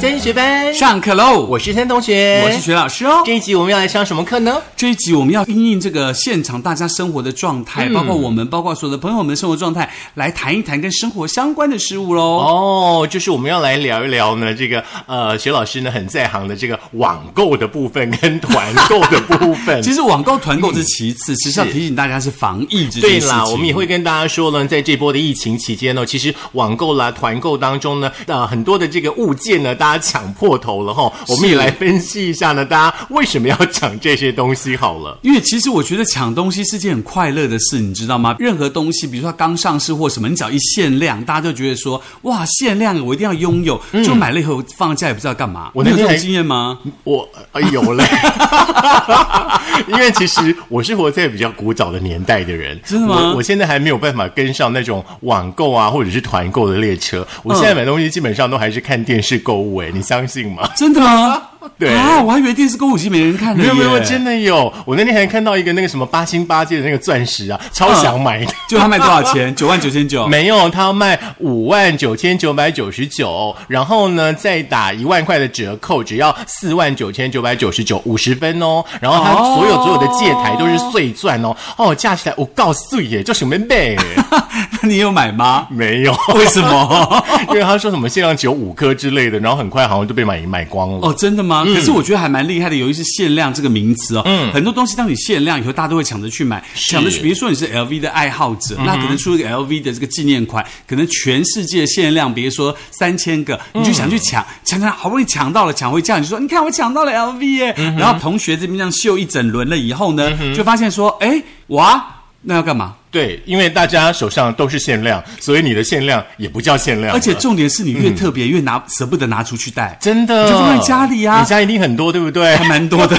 森学班，上课喽！我是森同学，我是学老师哦。这一集我们要来上什么课呢？这一集我们要因应这个现场大家生活的状态，嗯包括我们，包括所有的朋友们生活状态，来谈一谈跟生活相关的事物喽。哦，就是我们要来聊一聊呢，这个呃，学老师呢很在行的这个网购的部分跟团购的部 分。其实网购团购是其次，其实要提醒大家是防疫这件对事情。啦，我们也会跟大家说呢，在这波的疫情期间呢、其实网购啦、团购当中呢，呃，很多的这个物件呢，大家抢破头了哈。我们也来分析一下呢，大家为什么要抢这些东西好了。因为其实我觉得抢东西是件很快乐的事，你知道吗？任何东西，比如说它刚上市或什么，你只要一限量，大家就觉得说哇，限量我一定要拥有，就买了以后放假也不知道干嘛。嗯我你那有这天还种经验吗？我呃有嘞， 因为其实我是活在比较古早的年代的人，真的吗我我现在还没有办法跟上那种网购啊，或者是团购的列车。我现在买东西基本上都还是看电视购物，哎，你相信吗？真的吗？ 对啊，我还以为电视购物已经没人看了没耶。有没有，真的有！我那天还看到一个那个什么八星八戒的那个钻石啊，超想买的。就他卖多少 钱？九万九千九。没有，他要卖五万九千九百九十九，然后呢再打一万块的折扣，只要四万九千九百九十九，五十分哦。然后他哦所有所有的戒台都是碎钻哦，哦，架起来我告诉耶，叫什么 呗？那你有买 吗？没有，为什么？ 因为他说什么限量只有五颗之类的，然后很快好像就被买卖光了。哦，真的吗？可是我觉得还蛮厉害的，尤其是限量这个名词哦。嗯，很多东西当你限量以后，大家都会抢着去买，抢着去。比如说你是嗯 LV 的爱好者，那可能出一个 LV 的这个纪念款，可能全世界限量，比如说三千个，你就想去抢，抢抢，好不容易抢到了，抢回家你就说，你看我抢到了 LV 耶。然后同学这边这样秀一整轮了以后呢，就发现说，哎，哇，那嗯要干嘛？对，因为大家手上都是限量，所以你的限量也不叫限量了，而且重点是你越特别越拿舍不得拿出去戴，真的你就放在家里啊你家一定很多，对不对还？蛮多的，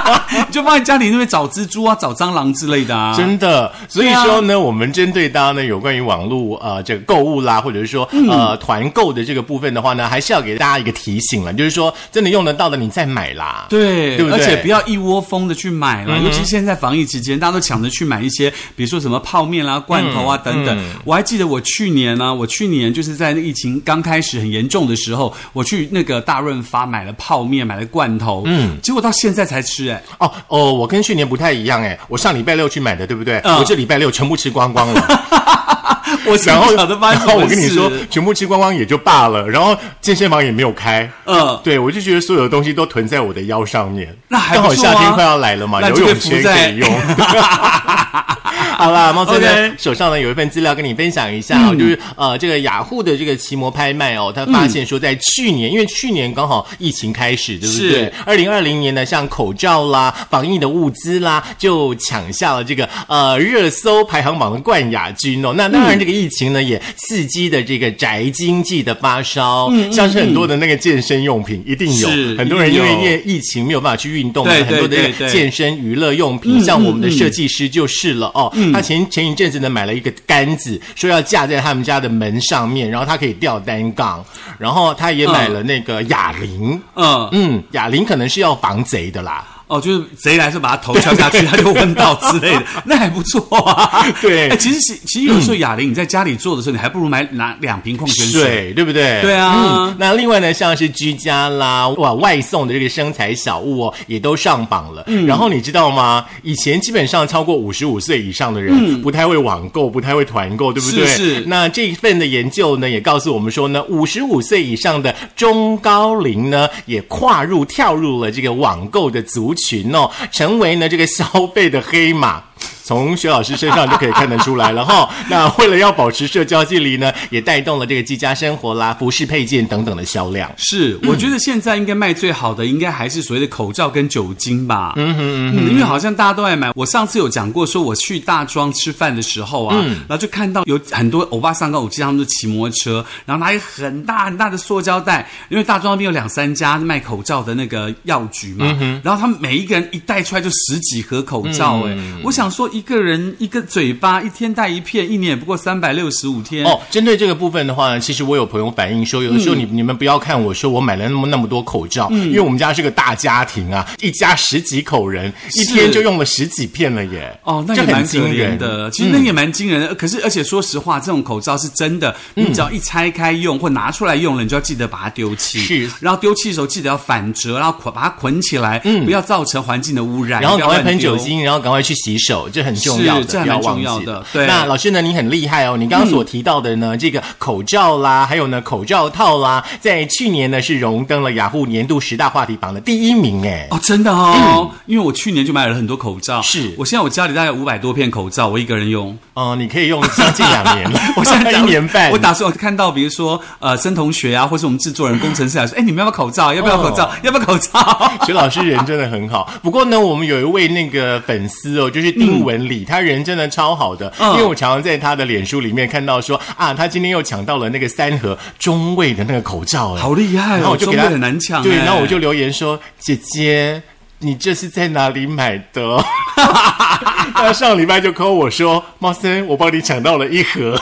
你就放在家里那边找蜘蛛啊、找蟑螂之类的啊。真的，所以对啊说呢，我们针对大家呢有关于网络呃这个购物啦，或者是说嗯呃团购的这个部分的话呢，还是要给大家一个提醒了，就是说真的用得到的你再买啦。对，对不对嗯而且不要一窝蜂的去买了，尤其现在防疫期间，大家都抢着去买一些，比如说什么泡面啦、罐头嗯啊、等等。我还记得我去年呢、我去年就是在那疫情刚开始很严重的时候，我去那个大润发买了泡面，买了罐头，嗯，结果到现在才吃、哎，哦哦，我跟去年不太一样哎，我上礼拜六去买的，对不对？嗯我这礼拜六全部吃光光 了，我是然后不晓得发然生什后么我跟你事说，全部吃光光也就罢了，然后健身房也没有开。嗯。对，我就觉得所有的东西都囤在我的腰上面。那还刚不好错夏啊天快要来了嘛，那游就被泳浮圈可在以用。 好啦，猫村呢 OK 手上呢有一份资料跟你分享一下、哦，嗯就是呃这个雅虎的这个奇摩拍卖哦，他发现说在去年，因为去年刚好疫情开始，对不是对？二零二零年呢，像口罩啦、防疫的物资啦，就抢下了这个呃热搜排行榜的冠亚军哦。那当嗯然，这个疫情呢、也刺激的这个宅经济的发烧，像是很多的那个健身用品一定有，嗯是很多人一因定为有因为疫情没有办法去运动嘛，对很多的对对对健身娱乐用嗯品，像我们的设计师就是了哦。他前前一阵子呢买了一个杆子，说要架在他们家的门上面，然后它可以吊单杠，然后他也买了那个哑铃。嗯，嗯，哑铃可能是要防贼的啦。哦，就是贼来是把他头敲下去，他就昏倒之类的，那还不错啊。对哎其实其实有时候哑铃你在家里做的时候，你还不如买拿两瓶矿泉水。水，对不对？对啊嗯。那另外呢，像是居家啦，哇，外送的这个生材小物哦，也都上榜了。嗯然后你知道吗？以前基本上超过五十五岁以上的人、不太会网购，不太会团购，对不对？嗯是是那这一份的研究呢，也告诉我们说呢，五十五岁以上的中高龄呢，也跨入跳入了这个网购的族群哦，成为呢这个消费的黑马。从薛老师身上就可以看得出来了哈。那为了要保持社交距离呢，也带动了这个居家生活啦、服饰配件等等的销量。是，我觉得现在应该卖最好的，应该还是所谓的口罩跟酒精吧。嗯哼嗯因为好像大家都爱买。我上次有讲过，说我去大庄吃饭的时候啊，然后就看到有很多欧巴桑跟我记他们都骑摩托车，然后拿一个很大很大的塑胶袋，因为大庄那边有两三家卖口罩的那嗯个药局嘛，然后他们每一个人一带出来就十几盒口罩、哎、我想说一一个人一个嘴巴一天戴一片，一年也不过三百六十五天。哦，针对这个部分的话呢，其实我有朋友反映说，有的时候你、嗯你们不要看我说我买了那么那么多口罩，因为我们家是个大家庭啊，一家十几口人，一天就用了十几片了耶。哦，那这也很嗯蛮可惊怜人。的。其实那也蛮惊人的。呃可是，而且说实话，这种口罩是真的，嗯你只要一拆开用或拿出来用了，你就要记得把它丢弃。是然后丢弃的时候记得要反折，然后捆把它捆起来，不要造成环境的污染。嗯然后不赶要快乱喷丢酒。精，然后赶快去洗手，这很重要的，是这还不要蛮重忘要记的对那老师呢，你很厉害哦，你刚刚所提到的呢，这个口罩啦，还有呢口罩套啦，在去年呢是荣登了雅虎年度十大话题榜的第一名哎。哦，真的哦，因为我去年就买了很多口罩，嗯是我现在我家里大概五百多片口罩，我一个人用。，哦、你可以用将近两年了 我现在 一讲年半，我打算我看到，比如说呃，森同学啊，或是我们制作人、工程师来说，哎，你们要不要口罩？要不要口哦罩？要不要口 罩？徐老师人真的很好，不过呢，我们有一位那个粉丝哦，就是丁文礼，他人真的超好的，嗯因为我常常在他的脸书里面看到说啊，他今天又抢到了那个三盒中卫的那个口罩，哎好厉害然后哦我，就给他中卫很难抢对，哎然后我就留言说：“姐姐，你这是在哪里买的？” 他上礼拜就 call 我说：“茂森，我帮你抢到了一盒。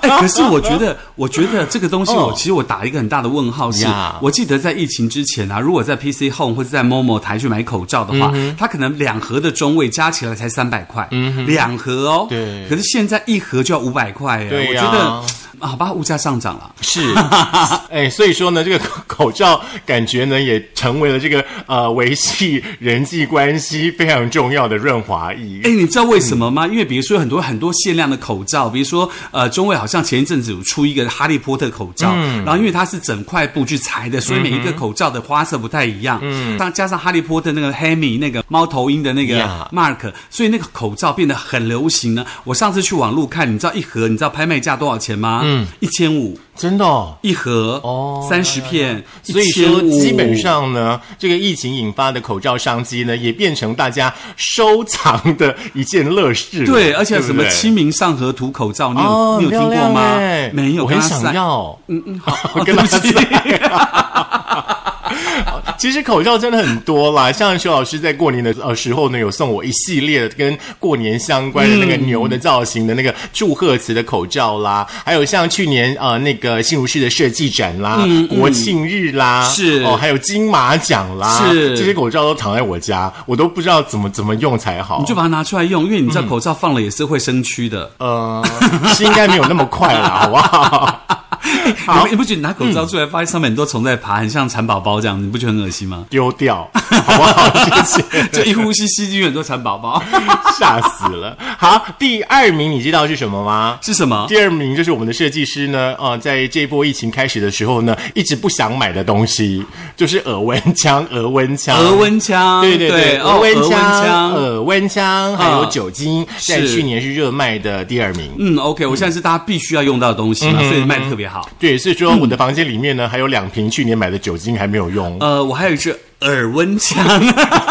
哎， 可是我觉得，我觉得这个东西我，哦其实我打一个很大的问号是呀我记得在疫情之前啊，如果在 PC Home 或者在 Momo 台去买口罩的话，嗯它可能两盒的中位加起来才三百块，两盒哦。对可是现在一盒就要五百块耶，对我呀觉得。好吧，物价上涨了”。是， 哎，所以说呢，这个口口罩感觉呢，也成为了这个呃维系人际关系非常重要的润滑液。哎，你知道为什么吗？因为比如说有很多很多限量的口罩，比如说呃，中卫好像前一阵子有出一个哈利波特口罩，嗯然后因为它是整块布去裁的，所以每一个口罩的花色不太一样。嗯，加上哈利波特那个 Hammy 那个猫头鹰的那个 Yeah mark，所以那个口罩变得很流行呢。我上次去网络看，你知道一盒你知道拍卖价多少钱吗？嗯，一千五真的、哦。一盒哦三十片，所以说， 1500基本上呢，这个疫情引发的口罩商机呢，也变成大家收藏的一件乐事了。对，而且什么对不对清明上河图口罩，你有、哦，你有很听漂过亮吗哎？没有，我跟很他想散要。嗯嗯， 好，跟哦对他不起散其实口罩真的很多 啦，像徐老师在过年的呃时候呢，有送我一系列跟过年相关的那个牛的造型的那个祝贺词的口罩啦，还有像去年呃那个新竹市的设计展啦、国庆日啦，嗯是哦，还有金马奖啦，是这些口罩都躺在我家，我都不知道怎么怎么用才好。你就把它拿出来用，因为你知道口罩放了也是会生蛆的。 呃，是应该没有那么快 啦，好不好？ 好？你不你不觉得你拿口罩出来，发现上面很多虫在爬，很像蚕宝宝这样，你不觉得很恶心吗 丢掉，好不好？ 谢谢。就一呼吸吸进去很多蚕宝宝，吓死了。好，第二名你知道是什么吗？ 是什 么？啊第二名就是我们的设计师呢，呃，在这波疫情开始的时候呢，一直不想买的东西就是耳温枪，耳温枪，额。温枪，对对对，哦，额额温温枪、枪。呃耳温枪，还有酒精，在是去年是热卖的第二名。嗯，OK，我现在是大家必须要用到的东西嘛，所以卖的特别好。对，所以说我的房间里面呢，还有两瓶去年买的酒精还没有 用。呃，我还有一支耳温枪，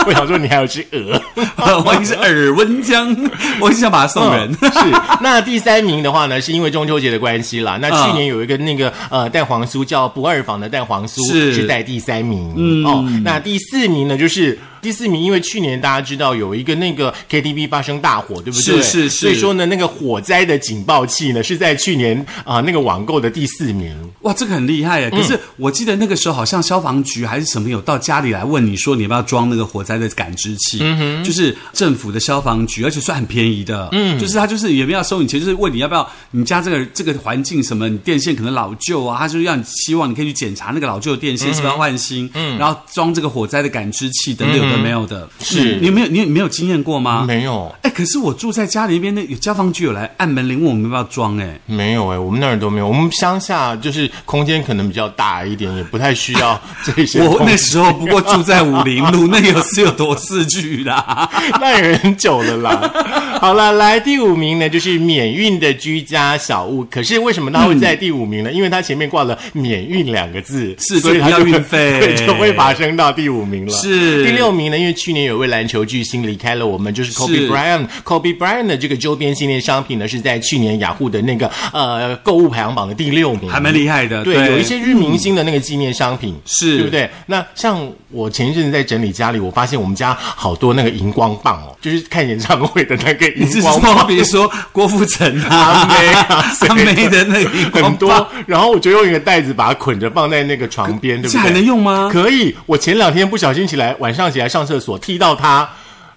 我想说你还有只鹅。我有一支耳温枪，我很想把它送人。嗯 是，那第三名的话呢，是因为中秋节的关系啦。那啊去年有一个那个呃蛋黄酥叫不二坊的蛋黄酥是是在第三名。嗯，哦，那第四名呢就是。第四名，因为去年大家知道有一个那个 KTV 发生大火，对不对？是是是所以说呢，那个火灾的警报器呢是在去年啊、那个网购的第四名。哇，这个很厉害耶！可是我记得那个时候好像消防局还是什么有到家里来问你说你要不要装那个火灾的感知器，就是政府的消防局，而且算很便宜的，嗯，就是他就是也没有收你钱，就是问你要不要你家这个这个环境什么，你电线可能老旧啊，他就让你希望你可以去检查那个老旧的电线是不是要换新，嗯，然后装这个火灾的感知器等等有的没有的，是嗯你有没有你有你没有经验过吗？没有，哎，可是我住在家里边，那有消防局有来按门铃问我们要不要装，哎，没有哎、我们那儿都没有。我们乡下就是空间可能比较大一点，也不太需要这些东西。 我那时候不过住在武林路，那有是有多市区啦。 那也很久了啦。 好了，来第五名呢，就是免运的居家小物。可是为什么它会在第五名呢？因为它前面挂了“免运”两个字，是所以它所以 不要就会运费对，就会爬升到第五名了。是第六名呢？因为去年有位篮球巨星离开了我们，就是 Kobe 是 Bryant。Kobe Bryant 的这个周边纪念商品呢，是在去年雅虎的那个呃购物排行榜的第六名，还蛮厉害的。对，有一些日明星的那个纪念商品，嗯是对不对？那像我前一阵子在整理家里，我发现我们家好多那个荧光棒哦，就是看演唱会的那个你是荧光说，棒。比如说郭富城阿啊、妹啊，阿妹的那个荧光棒很多，然后我就用一个袋子把它捆着放在那个床边，对不对？这还能用吗可以。我前两天不小心起来，晚上起来上厕所踢到它，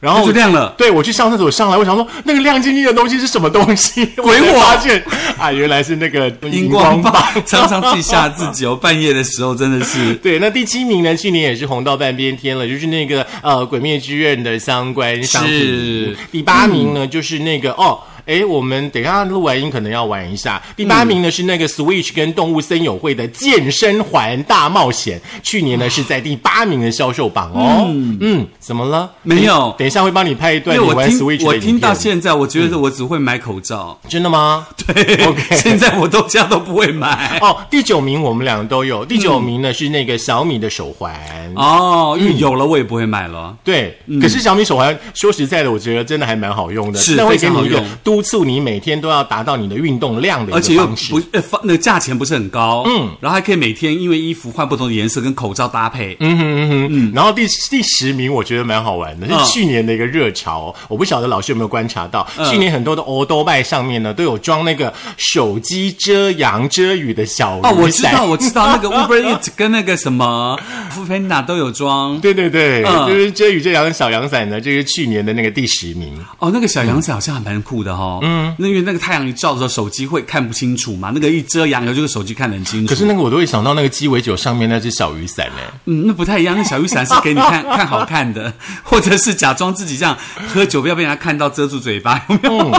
然后那就亮了对我去上厕所上来，我想说那个亮晶晶的东西是什么东西？鬼火我才发现啊，原来是那个荧光棒，常常自己吓自己哦。半夜的时候真 的是对，那第七名呢？去年也是红到半边天了，就是那个呃《鬼灭之刃》的相关商品是。第八名呢，就是那个哦。哎，我们等一下录完音可能要玩一下。第八名呢、是那个 Switch 跟动物森友会的健身环大冒险，去年呢是在第八名的销售榜哦。嗯怎么了？没有等一下会帮你拍一段因你为我玩 Switch 的影听片。我听到现在，我觉得我只会买口罩。真的吗？对 OK 现在我都家都不会买。哦，第九名我们俩都有。第嗯九名呢、是那个小米的手环 哦，因为有了我也不会买了。对，可是小米手环，说实在的，我觉得真的还蛮好用的，嗯是那会给非常你一个好用督促你每天都要达到你的运动量的而一嗯且个又方式不。呃，放那个价钱不是很高，嗯，然后还可以每天因为衣服换不同的颜色，跟口罩搭配，嗯，嗯，然后第第十名我觉得蛮好玩的，嗯是去年的一个热潮，我不晓得老师有没有观察到，去年很多的欧都拜上面呢都有装那个手机遮阳遮雨的小哦，我雨知伞道，我知道那 个 Uber Eat 跟那个什么 f o o p a n d a 都有装，对对对，嗯就是遮雨遮阳的小阳伞呢，这、是去年的那个第十名。哦，那个小阳伞好像还蛮酷的哈、哦，嗯，那因为那个太阳一照的时候，手机会看不清楚嘛，那个一遮阳以后，这个手机看得很清楚，可是那个我都会想到那个鸡尾酒上面那只小雨伞哎呢、嗯，那不太一样。那小雨伞是给你看看好看的， 或者是假装自己这样喝酒，不要被人家看到遮住嘴巴，有没有？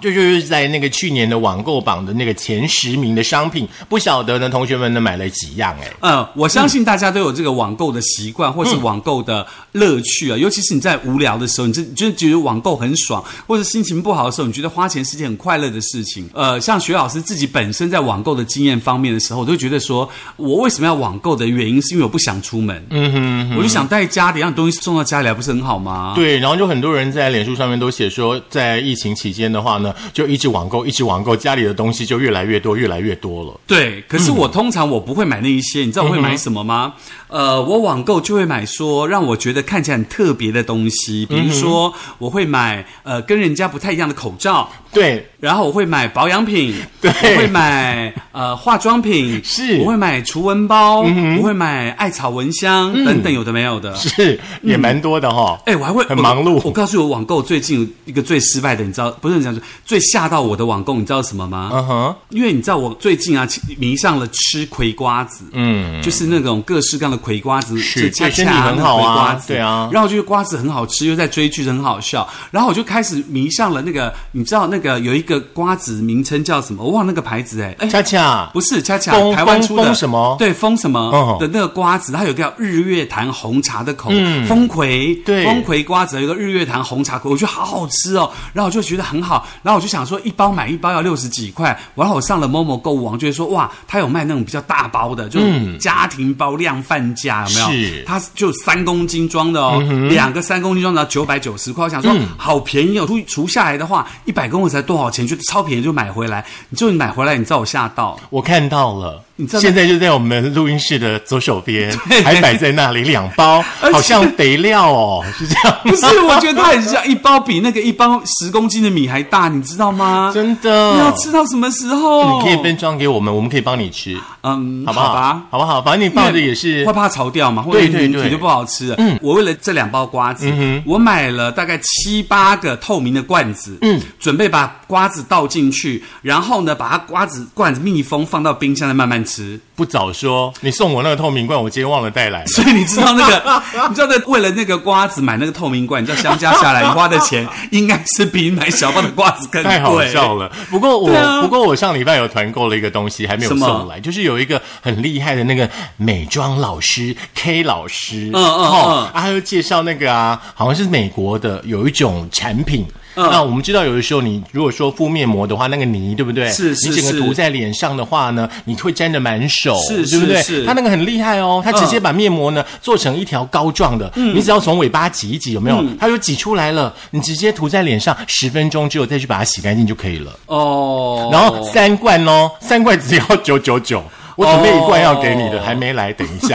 这就是在那个去年的网购榜的那个前十名的商品，不晓得呢，同学们呢买了几样哎。嗯，我相信大家都有这个网购的习惯，或是网购的乐趣啊。尤其是你在无聊的时候，你就你就觉得网购很爽，或者心情不好的时候，你觉得花钱是件很快乐的事情。呃，像徐老师自己本身在网购的经验方面的时候，我都觉得说，我为什么要网购的原因，是因为我不想出门，嗯哼我就想在家里让东西送到家里来，不是很好吗？对，然后就很多人在脸书上面都写说，在疫情期间的话呢，就一直网购，一直网购，家里的东西就越来越多，越来越多了。对，可是我嗯通常我不会买那一些，你知道我会买什么吗？呃，我网购就会买说让我觉得看起来很特别的东西，比如嗯说我会买呃跟人家不太一样的口罩，对，然后我会买保养品，对我会买呃化妆品，是嗯我会买除蚊包，我会买艾草蚊香、等等，有的没有的。是也蛮多的哈、哎，我还会很忙碌我我告诉你我网购最近有一个最失败的，你知道不是你讲说最吓到我的网购，你知道什么吗？嗯哼，因为你知道我最近啊迷上了吃葵瓜子，嗯，就是那种各式各样的葵瓜子，是就恰对身体恰很好啊那个葵瓜子对啊然后我觉得瓜子很好吃，又在追剧很好笑，然后我就开始迷上了那个，你知道那个有一个瓜子名称叫什么？我忘了那个牌子哎、哎。恰恰不是，恰恰风台湾出风的风什么对，风什么哦的那个瓜子，它有一个叫日月潭红茶的口，风葵，嗯对风葵瓜子有一个日月潭红茶口，我觉得好好吃哦。然后我就觉得很好，然后我就想说一包买一包要六十几块，然后我上了 Momo 购物网，就会说哇，它有卖那种比较大包的，就是家庭包量贩价，有没嗯有？是嗯它就三公斤装的哦，两个三公斤装的九百九十块，我想说、好便宜哦，除除下来的话，一百公克才多少钱？就超便宜就买回来，你就买回来，你知道我吓到。我看到了你知。道现在就在我们录音室的左手 边，还摆在那里两包，而且好像肥料哦，是这 样。不是，我觉得它很像一包比那个一包十公斤的米还大，你知道吗？真的，你要吃到什么时候？你可以分装给我们，我们可以帮你吃，嗯，好不好吧好？好不好？反正你放着也是会，怕潮掉嘛，或者对对凝体对嗯就不好吃了。嗯，我为了这两包瓜子，我买了大概七八个透明的罐子，嗯，准备把瓜子倒进去，然后呢，把它瓜子罐子密封，放到冰箱再慢慢吃。 不早说，你送我那个透明罐，我今天忘了带来了。所以你知道那 个，你知道那为了那个瓜子买那个透明罐，你知道相加下来你花的钱应该是比买小包的瓜子更贵。太好笑了！不过我、对啊不过我上礼拜有团购了一个东西，还没有什么送来，就是有一个很厉害的那个美妆老师 K 老师，嗯嗯哦啊，他就介绍那个啊，好像是美国的有一种产品。嗯那我们知道，有的时候你如果说敷面膜的话，那个泥对不对？是是你整是个涂在脸上的话呢，你会沾得满手，哦是对不对？是是它那个很厉害哦，它直接嗯把面膜呢做成一条膏状的，你只要从尾巴挤一挤，有没有？嗯它就挤出来了，你直接涂在脸上，十分钟之后再去把它洗干净就可以了。哦，然后三罐哦，三罐只要九九九，我准备一罐要给你的，哦还没来，等一下。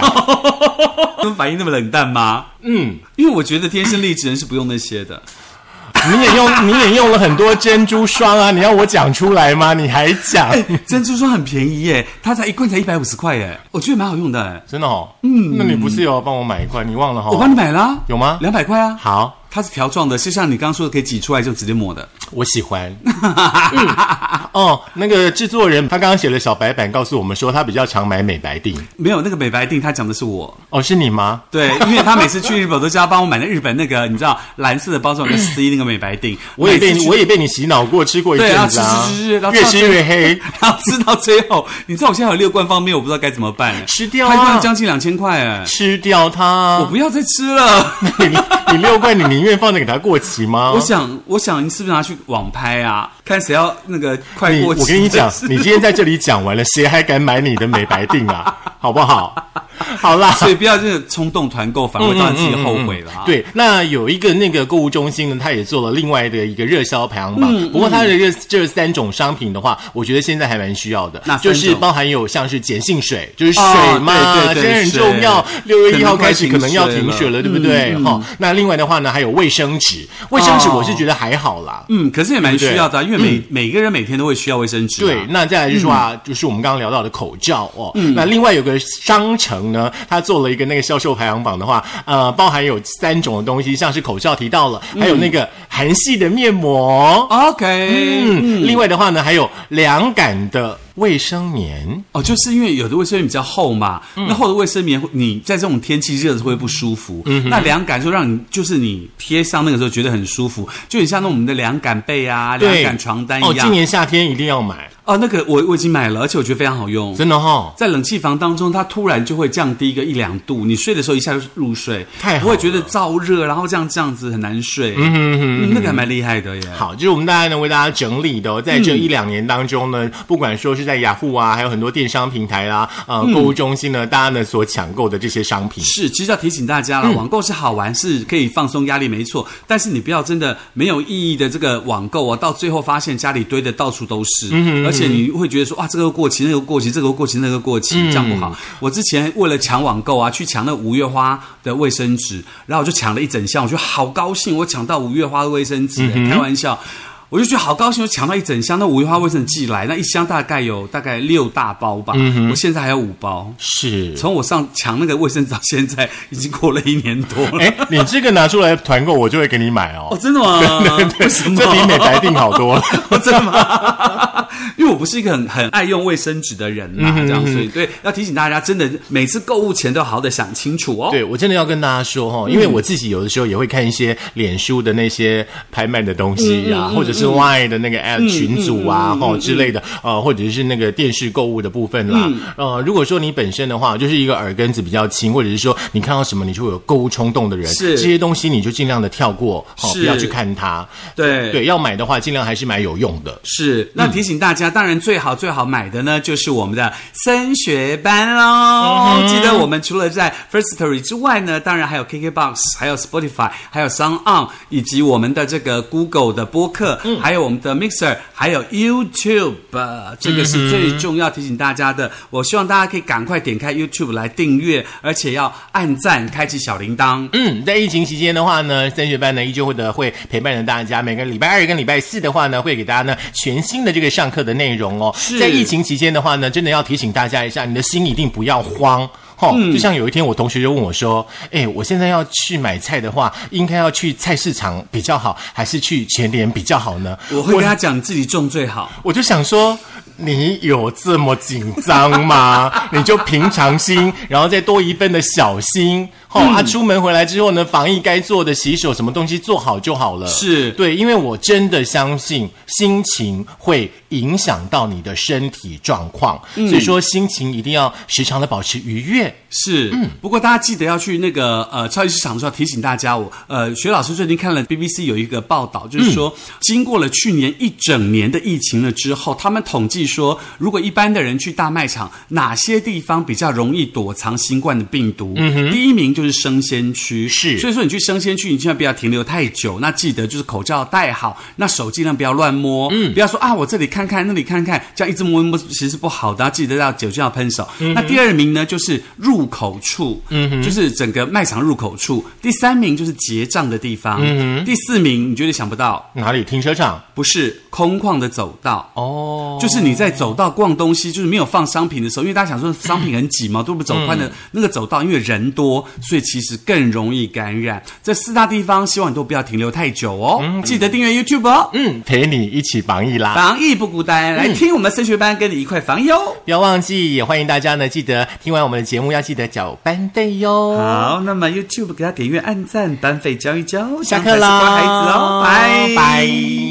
他们反应那么冷淡吗？嗯，因为我觉得天生丽质人是不用那 些的。你也用你也用了很多珍珠霜啊，你要我讲出来吗？你还讲，珍珠霜很便宜耶，它才一罐才一百五十块耶，我觉得蛮好用的哎。真的哦。嗯，那你不是有帮我买一罐？你忘了哈、我帮你买啦、有吗两百块啊。好，它是条状的，就像你刚刚说的，可以挤出来就直接抹的。我喜 欢。嗯哦，那个制作人他刚刚写了小白板，告诉我们说他比较常买美白定。没有那个美白定，他讲的是我。哦，是你吗？对，因为他每次去日本都叫他帮我买那日本那个，你知道蓝色的包装有个 C 那个美白定，我也被每次你去我也被你洗脑过，吃过一对阵啊，子吃啊吃吃吃，然，后越吃到吃最越黑。， 然后吃到最后，你知道我现在有六罐方便面，我不知道该怎么办，吃掉啊它一罐将近两千块哎，吃掉我它，不要再吃了。你你六罐，你宁愿放着给它过期吗？我想，我想你是不是拿去网拍啊？看谁要那个快你过期。我跟你讲，真是你今天在这里讲完了，谁还敢买你的美白定啊？好不好？好啦。 所以不要这个冲动团购，反而会让自己后悔了、啊。对，那有一个那个购物中心呢，它也做了另外的一个热销排行嗯榜。不过它的这这三种商品的话，我觉得现在还蛮需要的哪，就三是种包含有像是碱性水，就是水哦嘛，对对对现在很水重要。六月一号可能快开始可能要停停水水了了，对不嗯对？哈、那另外的话呢，还有卫生纸，卫生哦纸我是觉得还好啦。嗯，可是也蛮需要的啊、因为每、每个人每天都会需要卫生纸、嗯啊。对，那再来就是话，就是我们刚刚聊到的口罩哦。嗯那另外有个商城呢，它做了一个那个销售排行榜的话，呃，包含有三种的东西，像是口罩提到了，嗯还有那个韩系的面膜， ，OK，、嗯，另外的话呢，还有凉感的卫生棉。哦，就是因为有的卫生棉比较厚嘛，嗯那厚的卫生棉会，你在这种天气热的时候会不舒服。嗯那凉感就让你，就是你贴上那个时候觉得很舒服，就很像那我们的凉感被啊、凉对感床单哦一，样。今年夏天一定要买，哦那个我我已经买了，而且我觉得非常好用。真的哈、哦。在冷气房当中，它突然就会降低个一两度，你睡的时候一下就入睡，太好不会觉得燥热，然后这样这样子很难睡。嗯那个还蛮厉害的耶。好，就是我们大概呢为大家整理的、哦，在嗯这一两年当中呢，不管说是在雅虎啊，还有很多电商平台啦、啊，嗯呃，购物中心呢，大家呢所抢购的这些商品。是，其实要提醒大家了，网购是好玩，是可以放松压力，没错。但是你不要真的没有意义的这个网购啊，到最后发现家里堆的到处都是，而且你会觉得说哇，啊这个过期，那个过期，这个过期，那个过期，这样不好。我之前为了抢网购啊，去抢那五月花的卫生纸，然后我就抢了一整箱，我觉得好高兴，我抢到五月花的卫生纸，开玩笑。我就觉得好高兴，我抢到一整箱那五月花卫生纸寄来，那一箱大概有大概六大包吧，我现在还有五包。是，从我上抢那个卫生纸到现在，已经过了一年多了。哎，你这个拿出来团购，我就会给你买 哦，哦。真 的吗？为什么？这比美白定好 多了。 哦真的吗？ 因为我不是一个很很爱用卫生纸的人嗯啦，这样，所以对，要提醒大家，真的每次购物前都要好好的想清楚哦。对，我真的要跟大家说哦，因为我自己有的时候也会看一些脸书的那些拍卖的东嗯西呀、或者是 Line 的那个 App 群组啊，哈、之类的，呃，或者是那个电视购物的部分嗯啦。呃，如果说你本身的话，就是一个耳根子比较轻，或者是说你看到什么你就会有购物冲动的人，是这些东西你就尽量的跳过，哦，是不要去看它。对对，要买的话，尽量还是买有用的。是，那提醒大家，当然最好最好买的呢，就是我们的升学班喽。记得我们除了在 First Story 之外呢，当然还有 KKBox，还有 Spotify，还有 Sound On，以及我们的这个 Google 的播客，还有我们的 Mixer，还有 YouTube，呃这个是最重要提醒大家的。我希望大家可以赶快点开 YouTube 来订阅，而且要按赞，开启小铃铛。嗯，在疫情期间的话呢，三学班呢依旧会的会陪伴着大家。每个礼拜二跟礼拜四的话呢，会给大家呢全新的这个上课的内容哦是。在疫情期间的话呢，真的要提醒大家一下，你的心一定不要慌。哦，嗯就像有一天我同学就问我说：“哎，我现在要去买菜的话，应该要去菜市场比较好，还是去全联比较好呢？”我会跟他讲，你自己种最好。我就想说，你有这么紧张吗？ 你就平常心，然后再多一份的小心。哦、嗯啊，出门回来之后呢，防疫该做的洗手什么东西做好就好了。是对，因为我真的相信心情会影响到你的身体状况。嗯所以说，心情一定要时常的保持愉悦。是，不过大家记得要去那个呃超级市场的时候提醒大家，我呃学老师最近看了 BBC 有一个报道，就是说、经过了去年一整年的疫情了之后，他们统计说，如果一般的人去大卖场，哪些地方比较容易躲藏新冠的病毒？第一名就是生鲜区，是所以说你去生鲜区，你千万不要停留太久，那记得就是口罩戴好，那手尽量不要乱摸，嗯，不要说啊我这里看看那里看看，这样一直摸一摸其实是不好的，啊记得要酒精要喷手。那第二名呢就是入口处，嗯，就是整个卖场入口处。第三名就是结账的地方，嗯，第四名你绝对想不到，哪里停车场？不是空旷的走道。哦，就是你在走道逛东西，就是没有放商品的时候，因为大家想说商品很挤嘛，都不走宽嗯的、那个走道，因为人多，所以其实更容易感染。这四大地方，希望你都不要停留太久哦。记得订阅 YouTube 哦，嗯，陪你一起防疫啦。防疫不孤单，来听我们升学班，跟你一块防疫哦。不要忘记，也欢迎大家呢，记得听完我们的节目要记得缴班费哟。好，那么 YouTube 给他点阅、按赞、班费交一交，下课啦，乖孩子哦，拜拜。